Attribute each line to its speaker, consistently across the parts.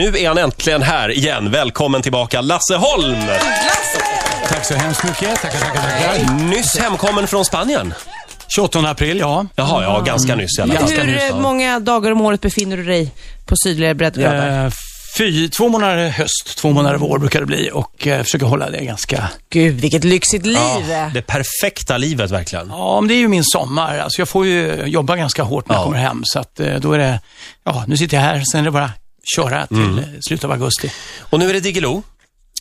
Speaker 1: Nu är han äntligen här igen. Välkommen tillbaka Lasse Holm!
Speaker 2: Tack så hemskt mycket. Tackar, tackar, tackar.
Speaker 1: Nyss hemkommen från Spanien.
Speaker 2: 28 april, ja.
Speaker 1: Jaha, ja, ganska nyss i alla fall.
Speaker 2: Ganska
Speaker 3: Hur
Speaker 2: nyss, ja.
Speaker 3: eh, många dagar om året befinner du dig på sydligare breddgrader?
Speaker 2: Eh, Fy, två månader höst, två månader vår brukar det bli och eh, försöker hålla det ganska...
Speaker 3: Gud, vilket lyxigt liv!
Speaker 1: Det perfekta livet verkligen.
Speaker 2: Ja, men det är ju min sommar. Alltså jag får ju jobba ganska hårt när jag
Speaker 1: Ja.
Speaker 2: kommer hem så att eh, då är det... Ja, nu sitter jag här, sen är det bara köra till
Speaker 1: Mm.
Speaker 2: eh, slutet av augusti.
Speaker 1: Och nu är det Diggiloo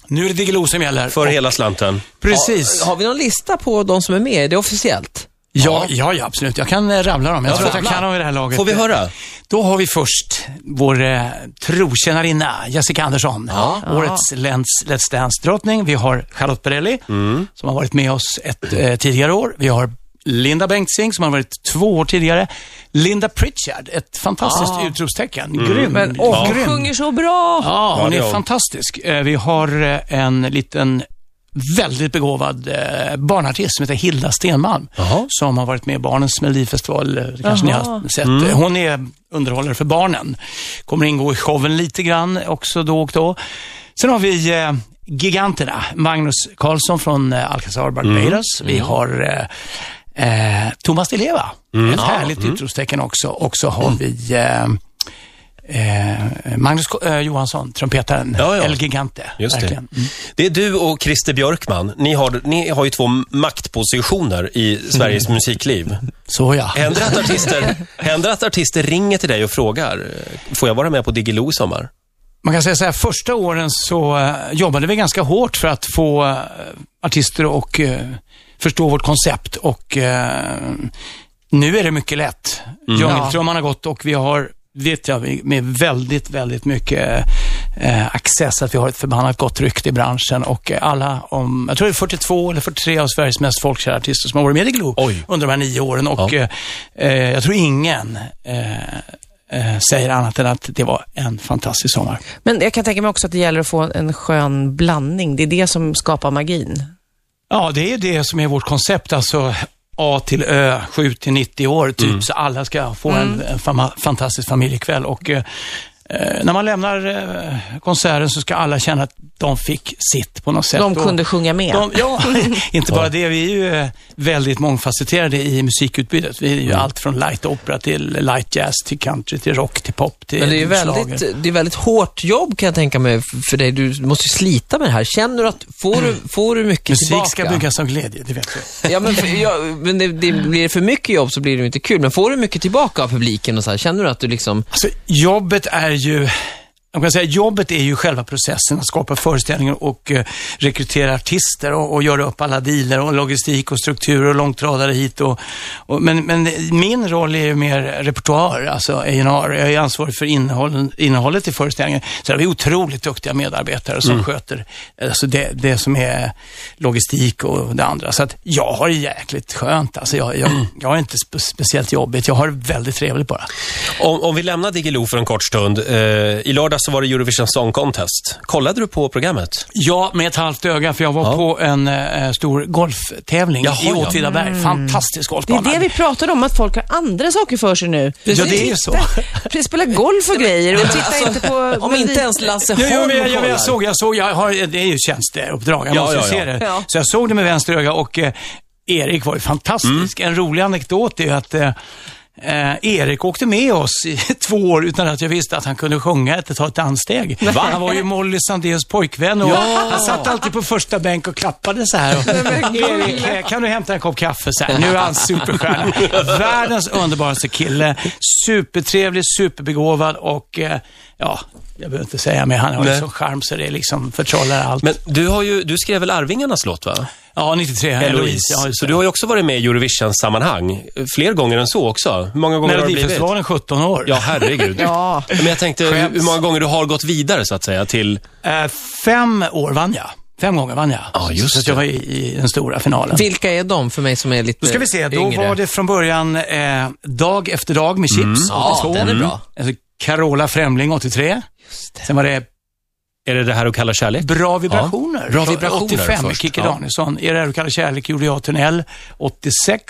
Speaker 2: Nu är det Diggiloo som gäller.
Speaker 1: för hela slanten.
Speaker 2: Precis.
Speaker 4: Har vi någon lista på de som är med? Är det officiellt?
Speaker 2: Ja, ja, ja, absolut. Jag kan eh, rabbla dem. Jag tror att jag
Speaker 1: rabbla.
Speaker 2: kan dem i det här laget.
Speaker 1: Får vi höra?
Speaker 2: Då har vi först vår eh, trotjänarinna Jessica Andersson, årets Lens- Let's Dance-drottning. Vi har Charlotte Perrelli, som har varit med oss ett eh, tidigare år. Vi har Linda Bengtzing, som har varit två år tidigare. Linda Pritchard, ett fantastiskt utropstecken. Grym.
Speaker 4: Mm.
Speaker 3: Men åh,
Speaker 2: Ja.
Speaker 3: hon
Speaker 2: grym.
Speaker 3: sjunger så bra!
Speaker 2: Ja, hon
Speaker 1: det är
Speaker 2: är
Speaker 1: hon.
Speaker 2: fantastisk. Eh, Vi har eh, en liten väldigt begåvad eh, barnartist som heter Hilda Stenmalm.
Speaker 1: Jaha.
Speaker 2: Som har varit med i Barnens Melodifestival, eh, det kanske ni har sett.
Speaker 1: Mm.
Speaker 2: Eh, Hon är underhållare för barnen. Kommer ingå i showen lite grann också då och då. Sen har vi eh, giganterna. Magnus Carlsson från eh, Alcazar Barbados.
Speaker 1: Mm.
Speaker 2: Vi har eh, eh, Thomas Di Leva.
Speaker 1: Mm.
Speaker 2: Ett härligt utropstecken också. Och så har vi eh, Eh, Magnus Ko- eh, Johansson, trumpetaren.
Speaker 1: Ja, ja.
Speaker 2: El Gigante.
Speaker 1: Just det.
Speaker 2: verkligen. Mm.
Speaker 1: Det är du och Christer Björkman. Ni har, ni har ju två maktpositioner i Sveriges
Speaker 2: Mm.
Speaker 1: musikliv.
Speaker 2: Så ja.
Speaker 1: Händer att, artister, händer att artister ringer till dig och frågar, eh, får jag vara med på Diggiloo i sommar?
Speaker 2: Man kan säga så här, första åren så eh, jobbade vi ganska hårt för att få eh, artister och eh, förstå vårt koncept och eh, nu är det mycket lätt.
Speaker 1: Mm.
Speaker 2: Djungeltrumman har gått och vi har, vet jag, vi- med väldigt, väldigt mycket eh, access att vi har ett förbannat gott rykte i branschen och eh, alla om, jag tror det är 42 eller 43 av Sveriges mest folkkära artister som har varit med i Globo
Speaker 1: Oj.
Speaker 2: under de här nio åren och
Speaker 1: Ja.
Speaker 2: eh, eh, jag tror ingen eh, eh, säger annat än att det var en fantastisk sommar.
Speaker 3: Men jag kan tänka mig också att det gäller att få en skön blandning. Det är det som skapar magin.
Speaker 2: Ja, det är det som är vårt koncept. Alltså A till Ö, 7 till 90 år, typ.
Speaker 4: Mm.
Speaker 2: Så alla ska få en, en fama- fantastisk familjekväll. Och, eh, eh, när man lämnar eh, konserten så ska alla känna att de fick sitt på något sätt.
Speaker 3: De
Speaker 2: Och
Speaker 3: kunde sjunga med.
Speaker 2: de, ja, inte bara det. Vi är ju eh, väldigt mångfacetterade i musikutbudet. Vi är
Speaker 4: Mm.
Speaker 2: ju allt från light opera till light jazz, till country, till rock, till pop, till
Speaker 4: Men det är ju
Speaker 2: slager.
Speaker 4: väldigt, det är väldigt hårt jobb kan jag tänka mig f- för dig. Du måste ju slita med det här. Känner du att, får du, får du mycket
Speaker 2: Mm. Musik
Speaker 4: tillbaka?
Speaker 2: ska byggas av glädje, det vet du.
Speaker 4: Ja, men, för, ja, men det, det blir för mycket jobb så blir det ju inte kul. Men får du mycket tillbaka av publiken och så här, känner du att du liksom...
Speaker 2: Alltså, jobbet är ju... Jag kan säga, jobbet är ju själva processen att skapa föreställningar och eh, rekrytera artister och, och göra upp alla dealer och logistik och strukturer och långtradare hit och, och men, men min roll är ju mer repertoar, alltså A&R. Jag är ansvarig för innehåll, innehållet i föreställningen. Så där har vi otroligt duktiga medarbetare som sköter alltså det, det som är logistik och det andra. Så att jag har det jäkligt skönt. Alltså jag, jag, jag har inte spe, speciellt jobbigt. Jag har det väldigt trevligt bara.
Speaker 1: Om, om vi lämnar Diggiloo för en kort stund. Eh, I lördag så var det Eurovision Song Contest. Kollade du på programmet?
Speaker 2: Ja, med ett halvt öga, för jag var på en eh, stor golftävling
Speaker 1: Jaha,
Speaker 2: i
Speaker 1: ja.
Speaker 2: Åtvidaberg. Fantastisk
Speaker 3: Mm. Det är
Speaker 2: golfbana.
Speaker 3: det vi pratade om, att folk har andra saker för sig nu.
Speaker 2: Ja, det är ju så.
Speaker 3: Precis, spela golf och grejer och titta inte på...
Speaker 4: alltså, Om inte ens Lasse
Speaker 2: Ja,
Speaker 4: Holm
Speaker 2: ja, men jag, jag,
Speaker 4: kollar.
Speaker 2: jag såg, jag såg, jag har, det är ju tjänsteuppdrag, jag
Speaker 1: Ja,
Speaker 2: måste
Speaker 1: ja, ja.
Speaker 2: se det.
Speaker 3: Ja.
Speaker 2: Så jag såg det med vänster öga och eh, Erik var ju fantastisk.
Speaker 1: Mm.
Speaker 2: En rolig anekdot är att eh, Eh, Erik åkte med oss i två år utan att jag visste att han kunde sjunga ett ta ett danssteg. Han var ju Molly Sandéns pojkvän och han satt alltid på första bänk och klappade så här. Och, Erik, eh, kan du hämta en kopp kaffe? Så här, nu är han superstjärna. Världens underbaraste kille. Supertrevlig, superbegåvad och eh, ja, jag behöver inte säga mer. Han har ju
Speaker 1: Nej.
Speaker 2: sån charm så det liksom förtrollar allt.
Speaker 1: Men du, har ju, du skrev väl Arvingarnas låt, va?
Speaker 2: ja, 93. Eloise. Ja, just
Speaker 1: så
Speaker 2: det.
Speaker 1: du har ju också varit med i Eurovision-sammanhang. Fler gånger än så också. Hur många gånger har det blivit?
Speaker 2: Melodifestivalen 17 år.
Speaker 1: Ja, herregud.
Speaker 3: Ja.
Speaker 1: Men jag tänkte hur- hur många gånger du har gått vidare, så att säga, till...
Speaker 2: Eh, fem år vann jag. Fem gånger vann jag.
Speaker 1: Ja, just
Speaker 2: så att jag var i, i den stora finalen.
Speaker 4: Vilka är de för mig som är lite
Speaker 2: Då Mm. ska vi se, då
Speaker 4: yngre?
Speaker 2: var det från början eh, Dag efter dag med
Speaker 1: Mm.
Speaker 2: Chips.
Speaker 4: Ja,
Speaker 2: 82.
Speaker 4: den är bra.
Speaker 2: Alltså, Carola Främling 83. Sen var det
Speaker 1: Är det det här du kallar kärlek?
Speaker 2: Bra vibrationer.
Speaker 1: Ja, Bra vibrationer
Speaker 2: 85,
Speaker 1: först.
Speaker 2: Kikki
Speaker 1: Ja.
Speaker 2: Danielsson. Är det här du kallar kärlek? gjorde jag tunnel. 86.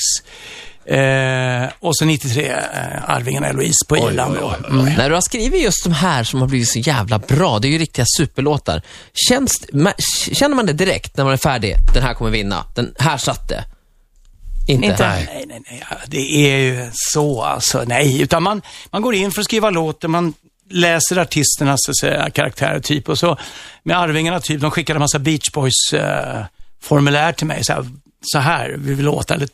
Speaker 2: Eh, och så 93, eh, Arvingarna Eloise på Irland. då. Mm.
Speaker 4: När du har skrivit just de här som har blivit så jävla bra, det är ju riktiga superlåtar. Känns, ma- k- känner man det direkt när man är färdig? Den här kommer vinna. Den här satt det. Inte.
Speaker 3: Inte.
Speaker 4: Nej.
Speaker 2: Nej, nej, nej. ja, Det är ju så alltså. Nej, utan man, man går in för att skriva låten, man läser artisternas så att säga, karaktär och typ och så med Arvingarna typ, de skickade en massa Beach Boys eh, formulär till mig. Så här, så här vi vill låta, eller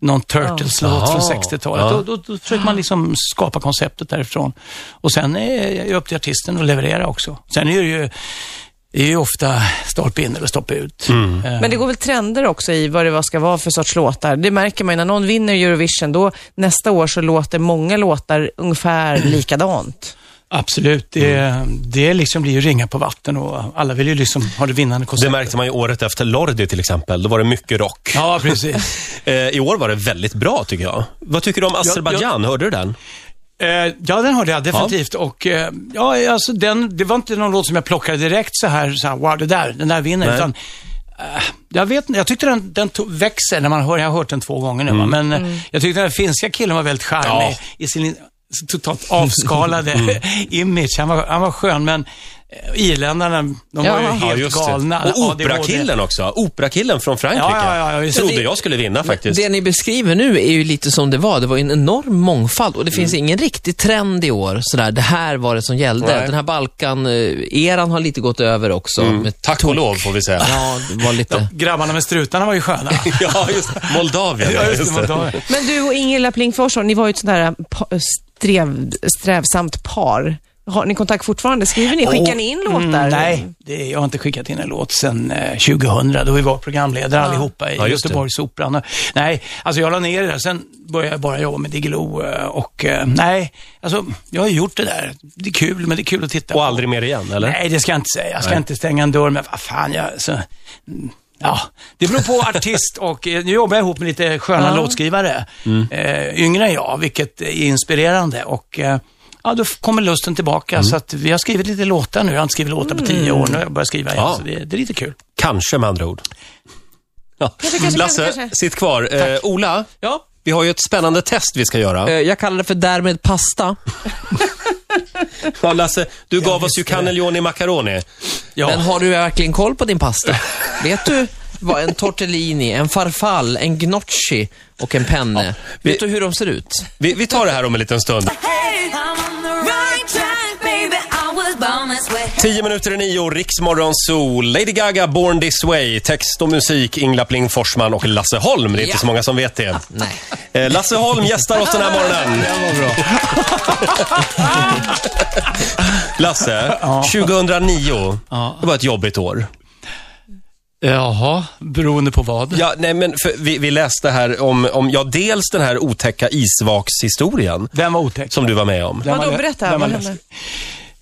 Speaker 2: någon Turtles-låt
Speaker 1: Jaha.
Speaker 2: från 60-talet.
Speaker 1: Ja.
Speaker 2: Då, då, då försöker man liksom skapa konceptet därifrån. Och sen är det upp till artisten att leverera också. Sen är det ju, det är ju ofta stolpe in eller stoppa ut.
Speaker 1: Mm.
Speaker 2: Eh,
Speaker 3: Men det går väl trender också i vad det vad ska vara för sorts låtar. Det märker man ju när någon vinner Eurovision. Då, nästa år så låter många låtar ungefär likadant.
Speaker 2: Absolut, det, det liksom blir ju ringa på vatten och alla vill ju liksom ha det vinnande
Speaker 1: Det
Speaker 2: konceptet.
Speaker 1: märkte man ju året efter Lordi till exempel. Då var det mycket rock.
Speaker 2: Ja, precis.
Speaker 1: Eh, I år var det väldigt bra tycker jag. Vad tycker du om Azerbajdzjan? Hörde du den?
Speaker 2: Eh, ja, den hörde jag definitivt. Och eh, ja, alltså den, det var inte någon låt som jag plockade direkt så här, så här wow, det där, den där vinner.
Speaker 1: Nej.
Speaker 2: Utan, eh, jag vet inte, jag tyckte den, den tog, växer när man hör, jag har hört den två gånger nu, va, men eh, jag tyckte den finska killen var väldigt charmig
Speaker 1: Mm. Ja. Mm.
Speaker 2: i sin totalt avskalade image. Han var, han var skön, men eh, irländarna, de
Speaker 3: Ja.
Speaker 2: var ju
Speaker 3: Ja,
Speaker 2: helt galna.
Speaker 1: Och
Speaker 2: ADHD.
Speaker 1: operakillen också. Operakillen från Frankrike.
Speaker 2: Ja, ja, ja, visst.
Speaker 1: Trodde jag skulle vinna faktiskt.
Speaker 4: Det ni beskriver nu är ju lite som det var. Det var ju en enorm mångfald och det finns
Speaker 1: Mm.
Speaker 4: ingen riktig trend i år. Sådär, det här var det som gällde.
Speaker 1: Nej. Mm.
Speaker 4: Den här Balkan-eran har lite gått över också. Med
Speaker 1: Tack
Speaker 4: tok.
Speaker 1: och lov får vi säga.
Speaker 4: Ja, det var lite...
Speaker 2: Grabbarna med strutarna var ju sköna.
Speaker 1: ja, just det. Moldavien.
Speaker 2: Ja, just det. var de.
Speaker 3: Men du och Ingela Pling Forsson, ni var ju ett sånt där eh, pa- strev, strävsamt par. Har ni kontakt fortfarande? Skriver ni? Skickar
Speaker 2: Och-
Speaker 3: ni in låtar?
Speaker 2: Mm, nej, det, jag har inte skickat in en låt sedan eh, 2000 då vi var programledare allihopa i
Speaker 1: Ja, just det.
Speaker 2: Göteborgsoperan. Och- Nej, alltså jag la ner det där. Sen började jag bara jobba med Diggiloo eh, och eh, nej, alltså jag har gjort det där. Det är kul, men det är kul att titta
Speaker 1: Och
Speaker 2: på.
Speaker 1: aldrig mer igen, eller?
Speaker 2: Nej, det ska jag inte säga. Jag ska inte stänga en dörr, men vad fan, jag... Så, mm, ja, det beror på artist och eh, nu jobbar jag ihop med lite sköna låtskrivare. Eh, yngre än jag, vilket är inspirerande. Och, eh, Ja, då f- kommer lusten tillbaka. Så att vi har skrivit lite låtar nu. Jag har inte skrivit låtar på tio år. Nu har jag börjat skriva igen,
Speaker 1: Ja.
Speaker 2: så det, det är lite kul.
Speaker 1: Kanske med andra ord. Ja.
Speaker 3: Kanske, kanske,
Speaker 1: Lasse,
Speaker 3: kanske.
Speaker 1: sitt kvar. Eh, Ola,
Speaker 4: Ja,
Speaker 1: vi har ju ett spännande test vi ska göra.
Speaker 4: eh, jag kallar det för därmed pasta.
Speaker 1: Ja, Lasse, du gav oss
Speaker 2: visst
Speaker 1: ju
Speaker 2: det.
Speaker 1: cannelloni macaroni.
Speaker 2: Ja.
Speaker 4: Men har du verkligen koll på din pasta? Vet du vad en tortellini, en farfall, en gnocchi och en penne, vet du hur de ser ut?
Speaker 1: Vi, vi tar det här om en liten stund.
Speaker 5: Hey, I'm on the right track, baby. I was born this way.
Speaker 1: Tio minuter i nio, Riksmorgon Zoo, Lady Gaga, Born This Way, text och musik, Ingla Pling Forsman och Lasse Holm. Det är inte
Speaker 4: Ja.
Speaker 1: så många som vet det.
Speaker 4: Nej.
Speaker 1: Eh, Lasse Holm gästar oss den här morgonen. Lasse, 2009, det var ett jobbigt år.
Speaker 2: Jaha, beroende på vad?
Speaker 1: Ja, nej, men för, vi, vi läste här om, om, ja, dels den här otäcka isvakshistorien
Speaker 2: Den var otäck.
Speaker 1: som du var med om.
Speaker 2: Den
Speaker 3: Vadå,
Speaker 2: var-
Speaker 3: berätta,
Speaker 2: den
Speaker 3: vad
Speaker 2: var
Speaker 3: hände?
Speaker 2: läskig.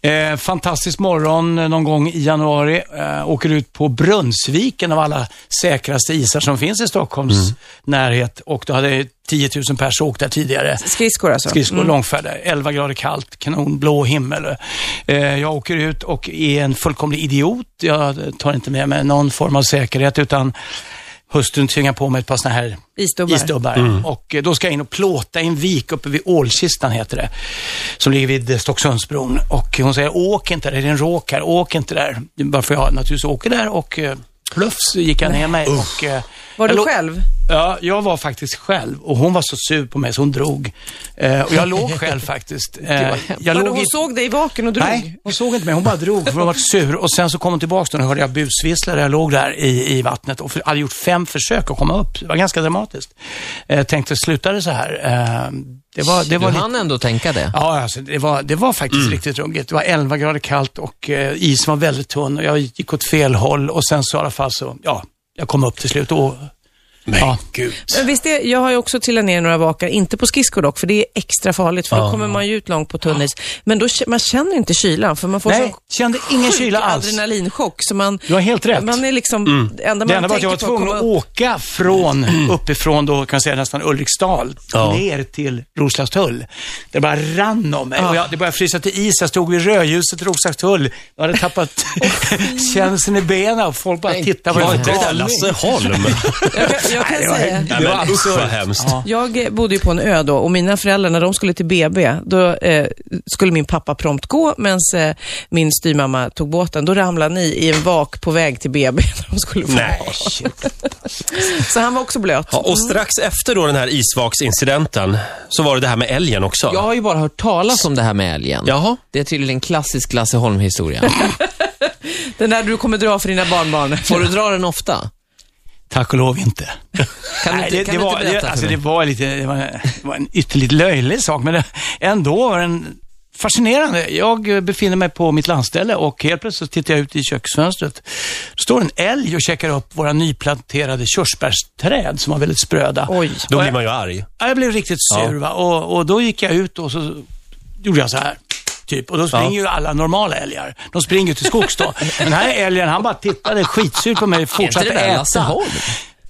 Speaker 2: Eh, fantastisk morgon eh, någon gång i januari. Eh, åker ut på Brunnsviken av alla säkraste isar som finns i Stockholms närhet. Och då hade 10 000 personer åkt där tidigare.
Speaker 3: Skridskor alltså?
Speaker 2: Skridskor, långfärd där. 11 grader kallt, kanonblå himmel. Eh, jag åker ut och är en fullkomlig idiot. Jag tar inte med mig någon form av säkerhet utan hustrun tvingar på mig ett par sådana här
Speaker 3: Isdubbar.
Speaker 2: isdubbar.
Speaker 3: Mm.
Speaker 2: Och eh, då ska jag in och plåta i en vik uppe vid Ålkistan, heter det, som ligger vid eh, Stocksundsbron. Och hon säger, åk inte där, det är en råk här, åk inte där. Varför jag naturligtvis åker där och eh, plufs gick jag ner mig. Och, eh,
Speaker 3: Var du
Speaker 2: jag lå-
Speaker 3: själv?
Speaker 2: Ja, jag var faktiskt själv och hon var så sur på mig så hon drog. Eh, och jag låg själv faktiskt. Eh, jag
Speaker 3: Vadå,
Speaker 2: låg
Speaker 3: hon
Speaker 2: i...
Speaker 3: såg dig vaken och drog?
Speaker 2: Nej, hon såg inte mig. Hon bara drog för hon var sur. Och sen så kom hon tillbaka och då hörde jag busvissla där jag låg där i, i vattnet och för, hade gjort fem försök att komma upp. Det var ganska dramatiskt. Eh, tänkte, slutar det så här? Eh, det var, det
Speaker 4: Du
Speaker 2: var lite...
Speaker 4: hann ändå tänka det.
Speaker 2: Ja, alltså, det, var, det var faktiskt riktigt ruggigt. Det var 11 grader kallt och eh, isen var väldigt tunn och jag gick åt fel håll och sen så i alla fall så, ja, jag kom upp till slut och...
Speaker 1: Men
Speaker 2: Ja.
Speaker 1: gud.
Speaker 3: Men visst är, jag har ju också trillat ner några vakar, inte på skridskor dock, för det är extra farligt, för då kommer man ju ut långt på tunn is. Men då, k- man känner inte kylan, för man får
Speaker 2: Nej,
Speaker 3: så
Speaker 2: kände ingen kyla alls.
Speaker 3: adrenalinchock. Så man,
Speaker 2: Du har helt rätt.
Speaker 3: man är liksom, det enda
Speaker 2: Det
Speaker 3: man
Speaker 2: enda var att
Speaker 3: tänker
Speaker 2: jag var
Speaker 3: på att
Speaker 2: tvungen
Speaker 3: komma
Speaker 2: att
Speaker 3: upp.
Speaker 2: åka från, uppifrån då, kan jag säga nästan Ulriksdal,
Speaker 1: Ja.
Speaker 2: ner till Roslagstull. Det bara rann om mig och jag, det började frysa till is. Jag stod vid rödljuset i Roslagstull. Jag hade tappat känslan i benen och folk bara tittade på
Speaker 1: Var
Speaker 2: mig.
Speaker 1: inte det där Lasse Holm?
Speaker 3: Jag, kan- jag kan säga.
Speaker 1: Nej, men usch vad hemskt.
Speaker 2: Ja.
Speaker 3: Jag eh, bodde ju på en ö då och mina föräldrar, när de skulle till BB, då eh, skulle min pappa prompt gå medan eh, min styrmamma tog båten. Då ramlade ni i en vak på väg till BB när de skulle få
Speaker 1: Nej.
Speaker 3: barn. Så han var också blöt.
Speaker 1: Ja, och strax efter då den här isvaksincidenten så var det det här med älgen också.
Speaker 4: Jag har ju bara hört talas om det här med älgen.
Speaker 1: Jaha.
Speaker 4: Det är tydligen en klassisk Lasse Holm-historia.
Speaker 3: Mm. Den där du kommer dra för dina barnbarn.
Speaker 4: Får du dra den ofta?
Speaker 2: Tack och lov inte.
Speaker 4: Kan du
Speaker 2: Nej,
Speaker 4: inte,
Speaker 2: det,
Speaker 4: kan
Speaker 2: det,
Speaker 4: du
Speaker 2: var,
Speaker 4: inte berätta
Speaker 2: det, alltså,
Speaker 4: för
Speaker 2: det
Speaker 4: mig?
Speaker 2: var lite, det var, det var en ytterligt löjlig sak, men det, ändå var den fascinerande. Jag eh, befinner mig på mitt landställe och helt plötsligt tittar jag ut i köksfönstret. Då står en älg och käkar upp våra nyplanterade körsbärsträd som var väldigt spröda.
Speaker 3: Oj.
Speaker 1: Då blir man ju arg.
Speaker 2: Ja, jag blev riktigt sur va? Och, och då gick jag ut och så gjorde jag så här. Typ. Och då springer ju alla normala älgar. De springer ju till skogs då. Den här älgen, han bara tittade skitsur på mig och fortsatte
Speaker 4: Inte det där Lasse
Speaker 2: äta.
Speaker 4: Holm?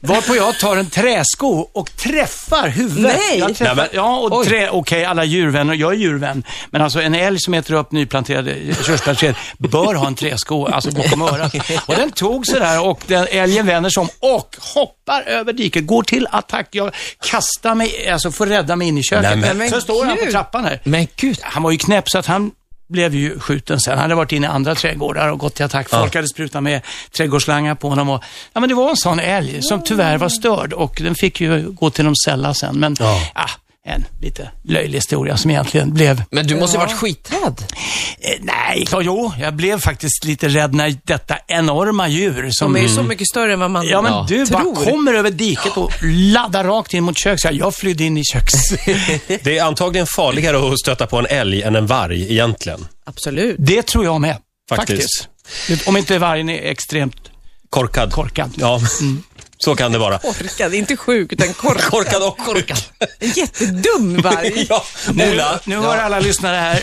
Speaker 2: Varpå jag tar en träsko och träffar huvudet.
Speaker 3: Nej!
Speaker 2: Jag träffar,
Speaker 1: Nej, men-
Speaker 2: ja, och
Speaker 4: Oj.
Speaker 2: trä, okej, alla djurvänner, jag är djurvän, men alltså en älg som äter upp nyplanterade körsbärsträd bör ha en träsko, alltså bakom örat. Och den tog sig där och den älgen vänder sig om och hoppar över diket, går till attack. Jag kastar mig, alltså för att rädda mig in i köket.
Speaker 1: Nej,
Speaker 3: men
Speaker 2: så står han på
Speaker 3: gud.
Speaker 2: trappan här.
Speaker 4: Men gud.
Speaker 2: Han var ju knäpp så att han blev ju skjuten sen. Han hade varit inne i andra trädgårdar och gått till attack. Folk hade sprutat med trädgårdsslangar på honom. Och, ja, men det var en sån älg som tyvärr var störd och den fick ju gå till de sälla sen. Men ja. en lite löjlig historia som egentligen blev... Eh,
Speaker 4: Men du måste ju varit skiträdd.
Speaker 2: nej, klar, jo, jag blev faktiskt lite rädd när detta enorma djur som...
Speaker 3: De är ju så mycket större än vad man
Speaker 2: Mm. Ja, men
Speaker 4: Ja.
Speaker 2: du
Speaker 3: Tror.
Speaker 2: bara kommer över diket och laddar rakt in mot kök. Så jag- jag flydde in i köks...
Speaker 1: Det är antagligen farligare att stöta på en älg än en varg egentligen.
Speaker 3: Absolut.
Speaker 2: Det tror jag med.
Speaker 1: Faktiskt.
Speaker 2: Faktiskt. Om inte vargen är extremt
Speaker 1: Korkad.
Speaker 2: korkad. Mm.
Speaker 1: Ja, så kan det vara.
Speaker 3: Korkad, inte sjuk, utan korkad.
Speaker 1: Korkad och korkad.
Speaker 3: En jättedum varg.
Speaker 1: Ja,
Speaker 2: Nu,
Speaker 1: Ola,
Speaker 2: nu har alla lyssnare här.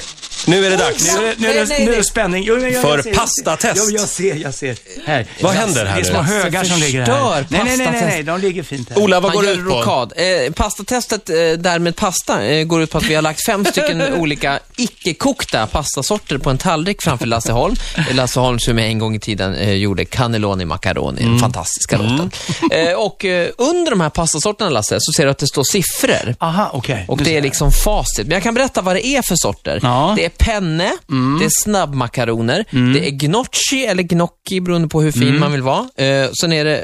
Speaker 1: nu är det dags.
Speaker 2: Nu är det, nu är
Speaker 4: Nej,
Speaker 2: det,
Speaker 4: nej,
Speaker 2: nu är
Speaker 4: nej.
Speaker 2: det spänning. Jo, men jag,
Speaker 1: För
Speaker 2: jag ser, jag ser.
Speaker 1: pastatest.
Speaker 2: Jo, jag ser, jag ser. Här.
Speaker 1: Vad händer här
Speaker 2: Det är små
Speaker 1: nu?
Speaker 2: högar som ligger
Speaker 4: förstör
Speaker 2: här. Nej, nej, nej, nej,
Speaker 4: pastatest.
Speaker 2: nej, de ligger fint här.
Speaker 1: Ola, vad
Speaker 4: Han
Speaker 1: går det
Speaker 4: gör
Speaker 1: ut på?
Speaker 4: rokad. Eh, pastatestet eh, där med pasta eh, går ut på att vi har lagt fem stycken olika icke-kokta pastasorter på en tallrik framför Lasse Holm. Eh, Lasse Holm som en gång i tiden eh, gjorde cannelloni macaroni,
Speaker 1: Mm.
Speaker 4: den fantastiska låten. Eh, och eh, under de här pastasorterna, Lasse, så ser du att det står siffror.
Speaker 2: Aha, okej.
Speaker 4: Och
Speaker 2: Nu ser
Speaker 4: det är
Speaker 2: jag.
Speaker 4: liksom facit. Men jag kan berätta vad det är för sorter.
Speaker 2: Ja. Mm.
Speaker 4: Det är penne, det är snabbmakaroner, det är gnocchi eller gnocchi beroende på hur fin
Speaker 2: Mm.
Speaker 4: man vill vara. Eh, sen är det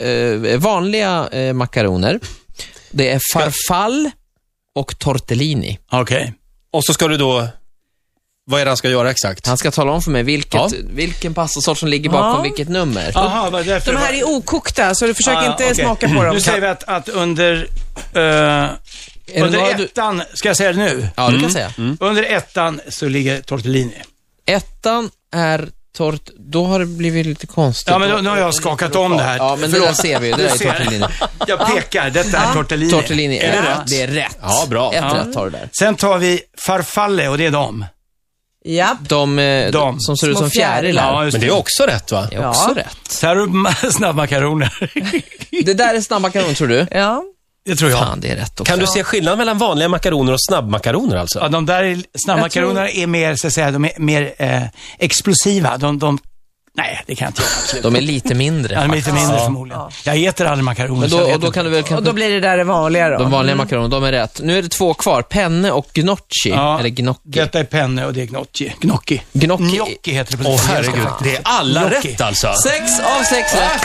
Speaker 4: eh, vanliga eh, makaroner. Det är farfall och tortellini.
Speaker 2: Okej.
Speaker 1: Och så ska du då... Vad är det han ska göra exakt?
Speaker 4: Han ska tala om för mig vilket,
Speaker 1: Ja.
Speaker 4: vilken pastasort som ligger bakom
Speaker 3: Ja.
Speaker 4: vilket nummer.
Speaker 2: Aha, vad är det därför
Speaker 3: De
Speaker 2: det
Speaker 3: här
Speaker 2: var-
Speaker 3: är okokta, så du försök
Speaker 2: Ah,
Speaker 3: inte
Speaker 2: okej.
Speaker 3: smaka på dem.
Speaker 2: Nu säger vi att, att under... eh,
Speaker 4: Är det några
Speaker 2: under
Speaker 4: du...
Speaker 2: ettan, ska jag säga det nu? Mm.
Speaker 4: Ja, du kan säga.
Speaker 2: Under ettan så ligger tortellini.
Speaker 4: Ettan är tort... Då har det blivit lite konstigt.
Speaker 2: Ja, men då, nu har jag skakat om det här.
Speaker 4: Ja, men då ser vi. Det där är
Speaker 2: ser.
Speaker 4: tortellini.
Speaker 2: Jag pekar, detta är tortellini.
Speaker 4: Tortellini.
Speaker 2: Är det
Speaker 4: Ja,
Speaker 2: rätt?
Speaker 4: Det är rätt.
Speaker 1: Ja, bra.
Speaker 4: Ett
Speaker 2: Ja.
Speaker 4: rätt har du där.
Speaker 2: Sen tar vi farfalle och det är dem.
Speaker 3: Ja.
Speaker 4: De, eh,
Speaker 2: De.
Speaker 4: som ser ut
Speaker 3: Små
Speaker 4: som fjärilar.
Speaker 2: Ja, just
Speaker 1: Men det är också rätt va?
Speaker 4: Det är också
Speaker 3: Ja.
Speaker 4: rätt.
Speaker 2: Så här upp snabbmakaroner.
Speaker 4: Det där är snabbmakaron tror du?
Speaker 3: ja.
Speaker 2: Det tror jag.
Speaker 4: Fan, det är rätt också.
Speaker 1: Kan du se skillnad mellan vanliga makaroner och snabbmakaroner alltså?
Speaker 2: Ja, de där är- snabbmakaronerna är mer, så att säga, de är mer eh, explosiva. De, de, nej, det kan jag inte göra. absolut.
Speaker 4: De är lite mindre.
Speaker 2: Ja, de är lite mindre
Speaker 1: Ja.
Speaker 2: förmodligen. Jag äter aldrig makaroner.
Speaker 4: Men
Speaker 2: så jag
Speaker 4: då,
Speaker 2: vet
Speaker 4: och då
Speaker 2: inte.
Speaker 4: kan du väl
Speaker 3: Och
Speaker 4: kanske...
Speaker 3: då blir det där det vanliga då.
Speaker 4: De vanliga makaronerna, de är rätt. Nu är det två kvar. Penne och gnocchi.
Speaker 2: Ja.
Speaker 4: Eller gnocchi.
Speaker 2: Detta är penne och det är gnocchi. Gnocchi.
Speaker 4: Gnocchi.
Speaker 2: Gnocchi heter det på
Speaker 1: Åh
Speaker 2: svenska.
Speaker 1: herregud, det är alla
Speaker 2: Gnocchi.
Speaker 1: rätt alltså.
Speaker 4: Sex av sex rätt.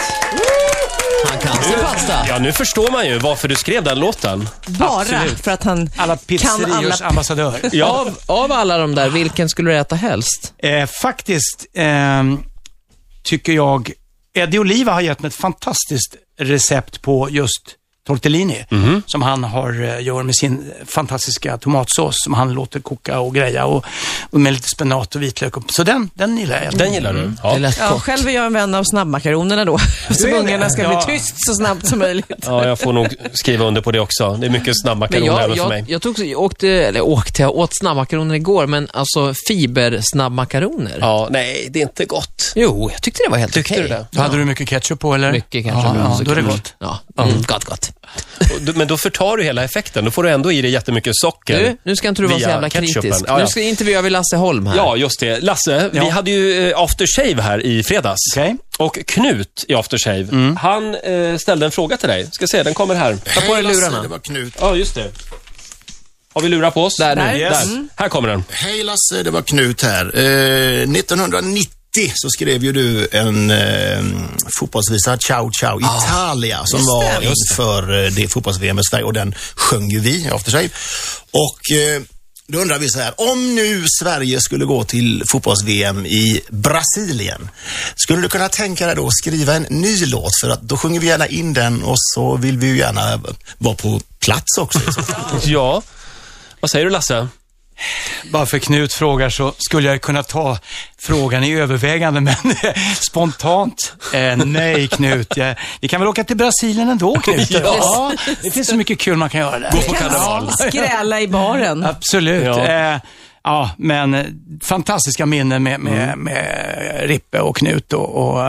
Speaker 4: Han kan sin pasta.
Speaker 1: Eh, Ja, nu förstår man ju varför du skrev den låten.
Speaker 3: Bara för att han
Speaker 2: Alla
Speaker 3: kan alla...
Speaker 2: pizzeriors ambassadör.
Speaker 1: Ja.
Speaker 4: Av, av alla de där, vilken skulle du äta helst?
Speaker 2: Eh, faktiskt ehm, tycker jag Eddie Oliva har gett mig ett fantastiskt recept på just tortellini.
Speaker 1: Mhm.
Speaker 2: Som han har, eh, gör med sin fantastiska tomatsås som han låter koka och greja och, och med lite spenat och vitlök. Och, så den, den gillar jag.
Speaker 1: Den gillar du?
Speaker 4: Det
Speaker 1: Ja.
Speaker 4: lät
Speaker 3: Ja,
Speaker 4: gott.
Speaker 3: själv är jag en vän av snabbmakaronerna då. Eftersom
Speaker 2: är det?
Speaker 3: ungarna ska
Speaker 2: Ja.
Speaker 3: bli tyst så snabbt som möjligt.
Speaker 1: ja, jag får nog skriva under på det också. Det är mycket
Speaker 4: Men
Speaker 1: snabbmakaroner
Speaker 4: jag,
Speaker 1: även för
Speaker 4: jag,
Speaker 1: mig.
Speaker 4: jag, tog, så- jag åkte, eller åkte, jag åt snabbmakaroner igår, men alltså fibersnabbmakaroner.
Speaker 1: Ja, nej, det är inte gott.
Speaker 4: Jo, jag tyckte det var helt okej.
Speaker 1: du det?
Speaker 2: Hade du mycket ketchup på eller?
Speaker 4: Mycket kanske.
Speaker 2: Ja,
Speaker 4: men
Speaker 2: ja,
Speaker 4: så
Speaker 2: då är det
Speaker 4: kanske-
Speaker 2: gott.
Speaker 4: Ja, mm, gott, gott.
Speaker 1: Och du- Men då förtar du hela effekten. Då får du ändå i dig jättemycket socker.
Speaker 4: Du, nu ska inte du vara så
Speaker 1: via
Speaker 4: jävla
Speaker 1: ketchupen.
Speaker 4: kritisk.
Speaker 1: Ja, ja.
Speaker 4: Nu ska intervjuar vi Lasse Holm här.
Speaker 1: Ja, just det. Lasse, vi
Speaker 2: Ja.
Speaker 1: hade ju eh, aftershave här i fredags.
Speaker 2: Okej.
Speaker 1: Och Knut i Aftershave,
Speaker 4: Mm.
Speaker 1: han eh, ställde en fråga till dig. Ska se, den kommer här. Ta på dig
Speaker 6: Hej Lasse,
Speaker 1: lurarna.
Speaker 6: det var Knut.
Speaker 1: Ja, just det. Har vi lurar på oss?
Speaker 4: Där nu.
Speaker 1: Där.
Speaker 4: Yes.
Speaker 1: Här kommer den.
Speaker 6: Hej Lasse, det var Knut här. Eh, 1990 så skrev ju du en eh, fotbollsvisa, Ciao Ciao Italia, som var inför eh, det fotbolls-VM i Sverige och den sjöng ju vi efter sig. Och eh, då undrar vi så här, om nu Sverige skulle gå till fotbolls-VM i Brasilien, skulle du kunna tänka dig då att skriva en ny låt? För att då sjunger vi gärna in den och så vill vi ju gärna vara på plats också. i så fall.
Speaker 1: Ja. Vad säger du Lasse?
Speaker 2: Bara för Knut frågar så skulle jag kunna ta frågan i övervägande, men spontant, eh, nej Knut. Jag, vi kan väl åka till Brasilien ändå Knut?
Speaker 1: Ja.
Speaker 2: det finns så mycket kul man kan göra där.
Speaker 1: Gå på karneval.
Speaker 3: Skräla i baren.
Speaker 2: Absolut.
Speaker 1: Ja.
Speaker 2: Ja. Eh, ja, men eh, fantastiska minnen med, med, med Rippe och Knut och, och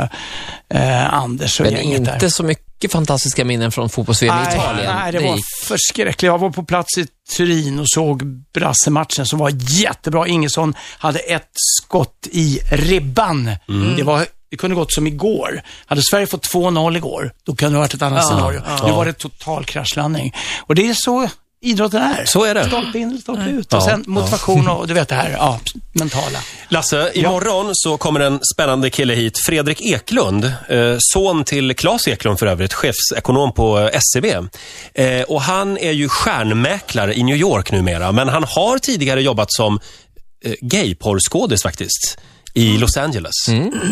Speaker 2: eh, Anders och
Speaker 4: Men
Speaker 2: gänget
Speaker 4: inte
Speaker 2: där.
Speaker 4: så mycket fantastiska minnen från fotbolls-VM i
Speaker 2: Nej,
Speaker 4: Italien.
Speaker 2: Nej, det
Speaker 4: Det
Speaker 2: var
Speaker 4: gick-
Speaker 2: förskräckligt. Jag var på plats i Turin och såg Brassematchen som var jättebra. Ingesson hade ett skott i ribban. Det, var, det kunde gått som igår. Hade Sverige fått 2-0 igår, då kunde det ha varit ett annat scenario. Nu var det total kraschlandning. Och det är så idrotten är.
Speaker 1: Så är det.
Speaker 2: Stolpe in, stolpe ut. Och sen motivation och du vet det här ja, mentala.
Speaker 1: Lasse, imorgon så kommer en spännande kille hit. Fredrik Eklund, eh, son till Claes Eklund för övrigt, chefsekonom på eh, SCB. Eh, och han är ju stjärnmäklare i New York numera, men han har tidigare jobbat som eh, gayporrskådis faktiskt, i Los Angeles.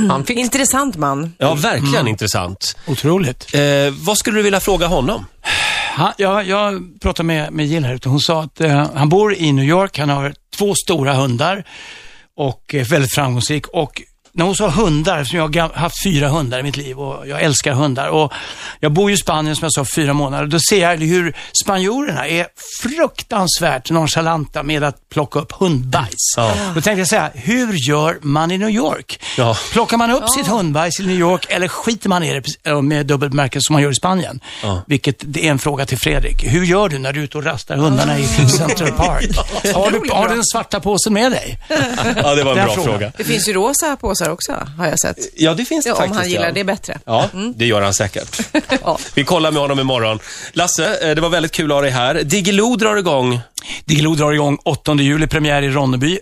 Speaker 4: Han fick
Speaker 3: Intressant man.
Speaker 1: Ja, verkligen intressant.
Speaker 2: Otroligt.
Speaker 1: Eh, vad skulle du vilja fråga honom?
Speaker 2: Han, jag, jag pratade med, med Jill här ute. Hon sa att eh, han bor i New York, han har två stora hundar och eh, väldigt framgångsrik. Och när hon sa hundar, eftersom jag har gam- haft fyra hundar i mitt liv och jag älskar hundar. Och jag bor ju i Spanien som jag sa fyra månader. Då ser jag hur spanjorerna är fruktansvärt nonchalanta med att plocka upp hundbajs.
Speaker 1: Ja.
Speaker 2: Då tänkte jag säga, hur gör man i New York?
Speaker 1: Ja.
Speaker 2: Plockar man upp sitt hundbajs i New York eller skiter man i det precis- eh, med dubbel bemärkelse som man gör i Spanien? Vilket det är en fråga till Fredrik. Hur gör du när du är ute och rastar hundarna i Central Park? Har du, har du den svarta påsen med dig?
Speaker 1: Ja, det var
Speaker 2: Den
Speaker 1: en bra
Speaker 2: frågan.
Speaker 1: fråga.
Speaker 3: Det finns ju rosa påsar också, har jag sett.
Speaker 1: Ja, det finns det
Speaker 3: Ja, om
Speaker 1: faktiskt.
Speaker 3: han gillar
Speaker 1: ja.
Speaker 3: det bättre.
Speaker 1: Ja, det gör han säkert.
Speaker 3: Ja.
Speaker 1: Vi kollar med honom imorgon. Lasse, eh, det var väldigt kul att ha dig här. Diggiloo drar igång
Speaker 2: Diggiloo drar igång 8 juli, premiär i Ronneby.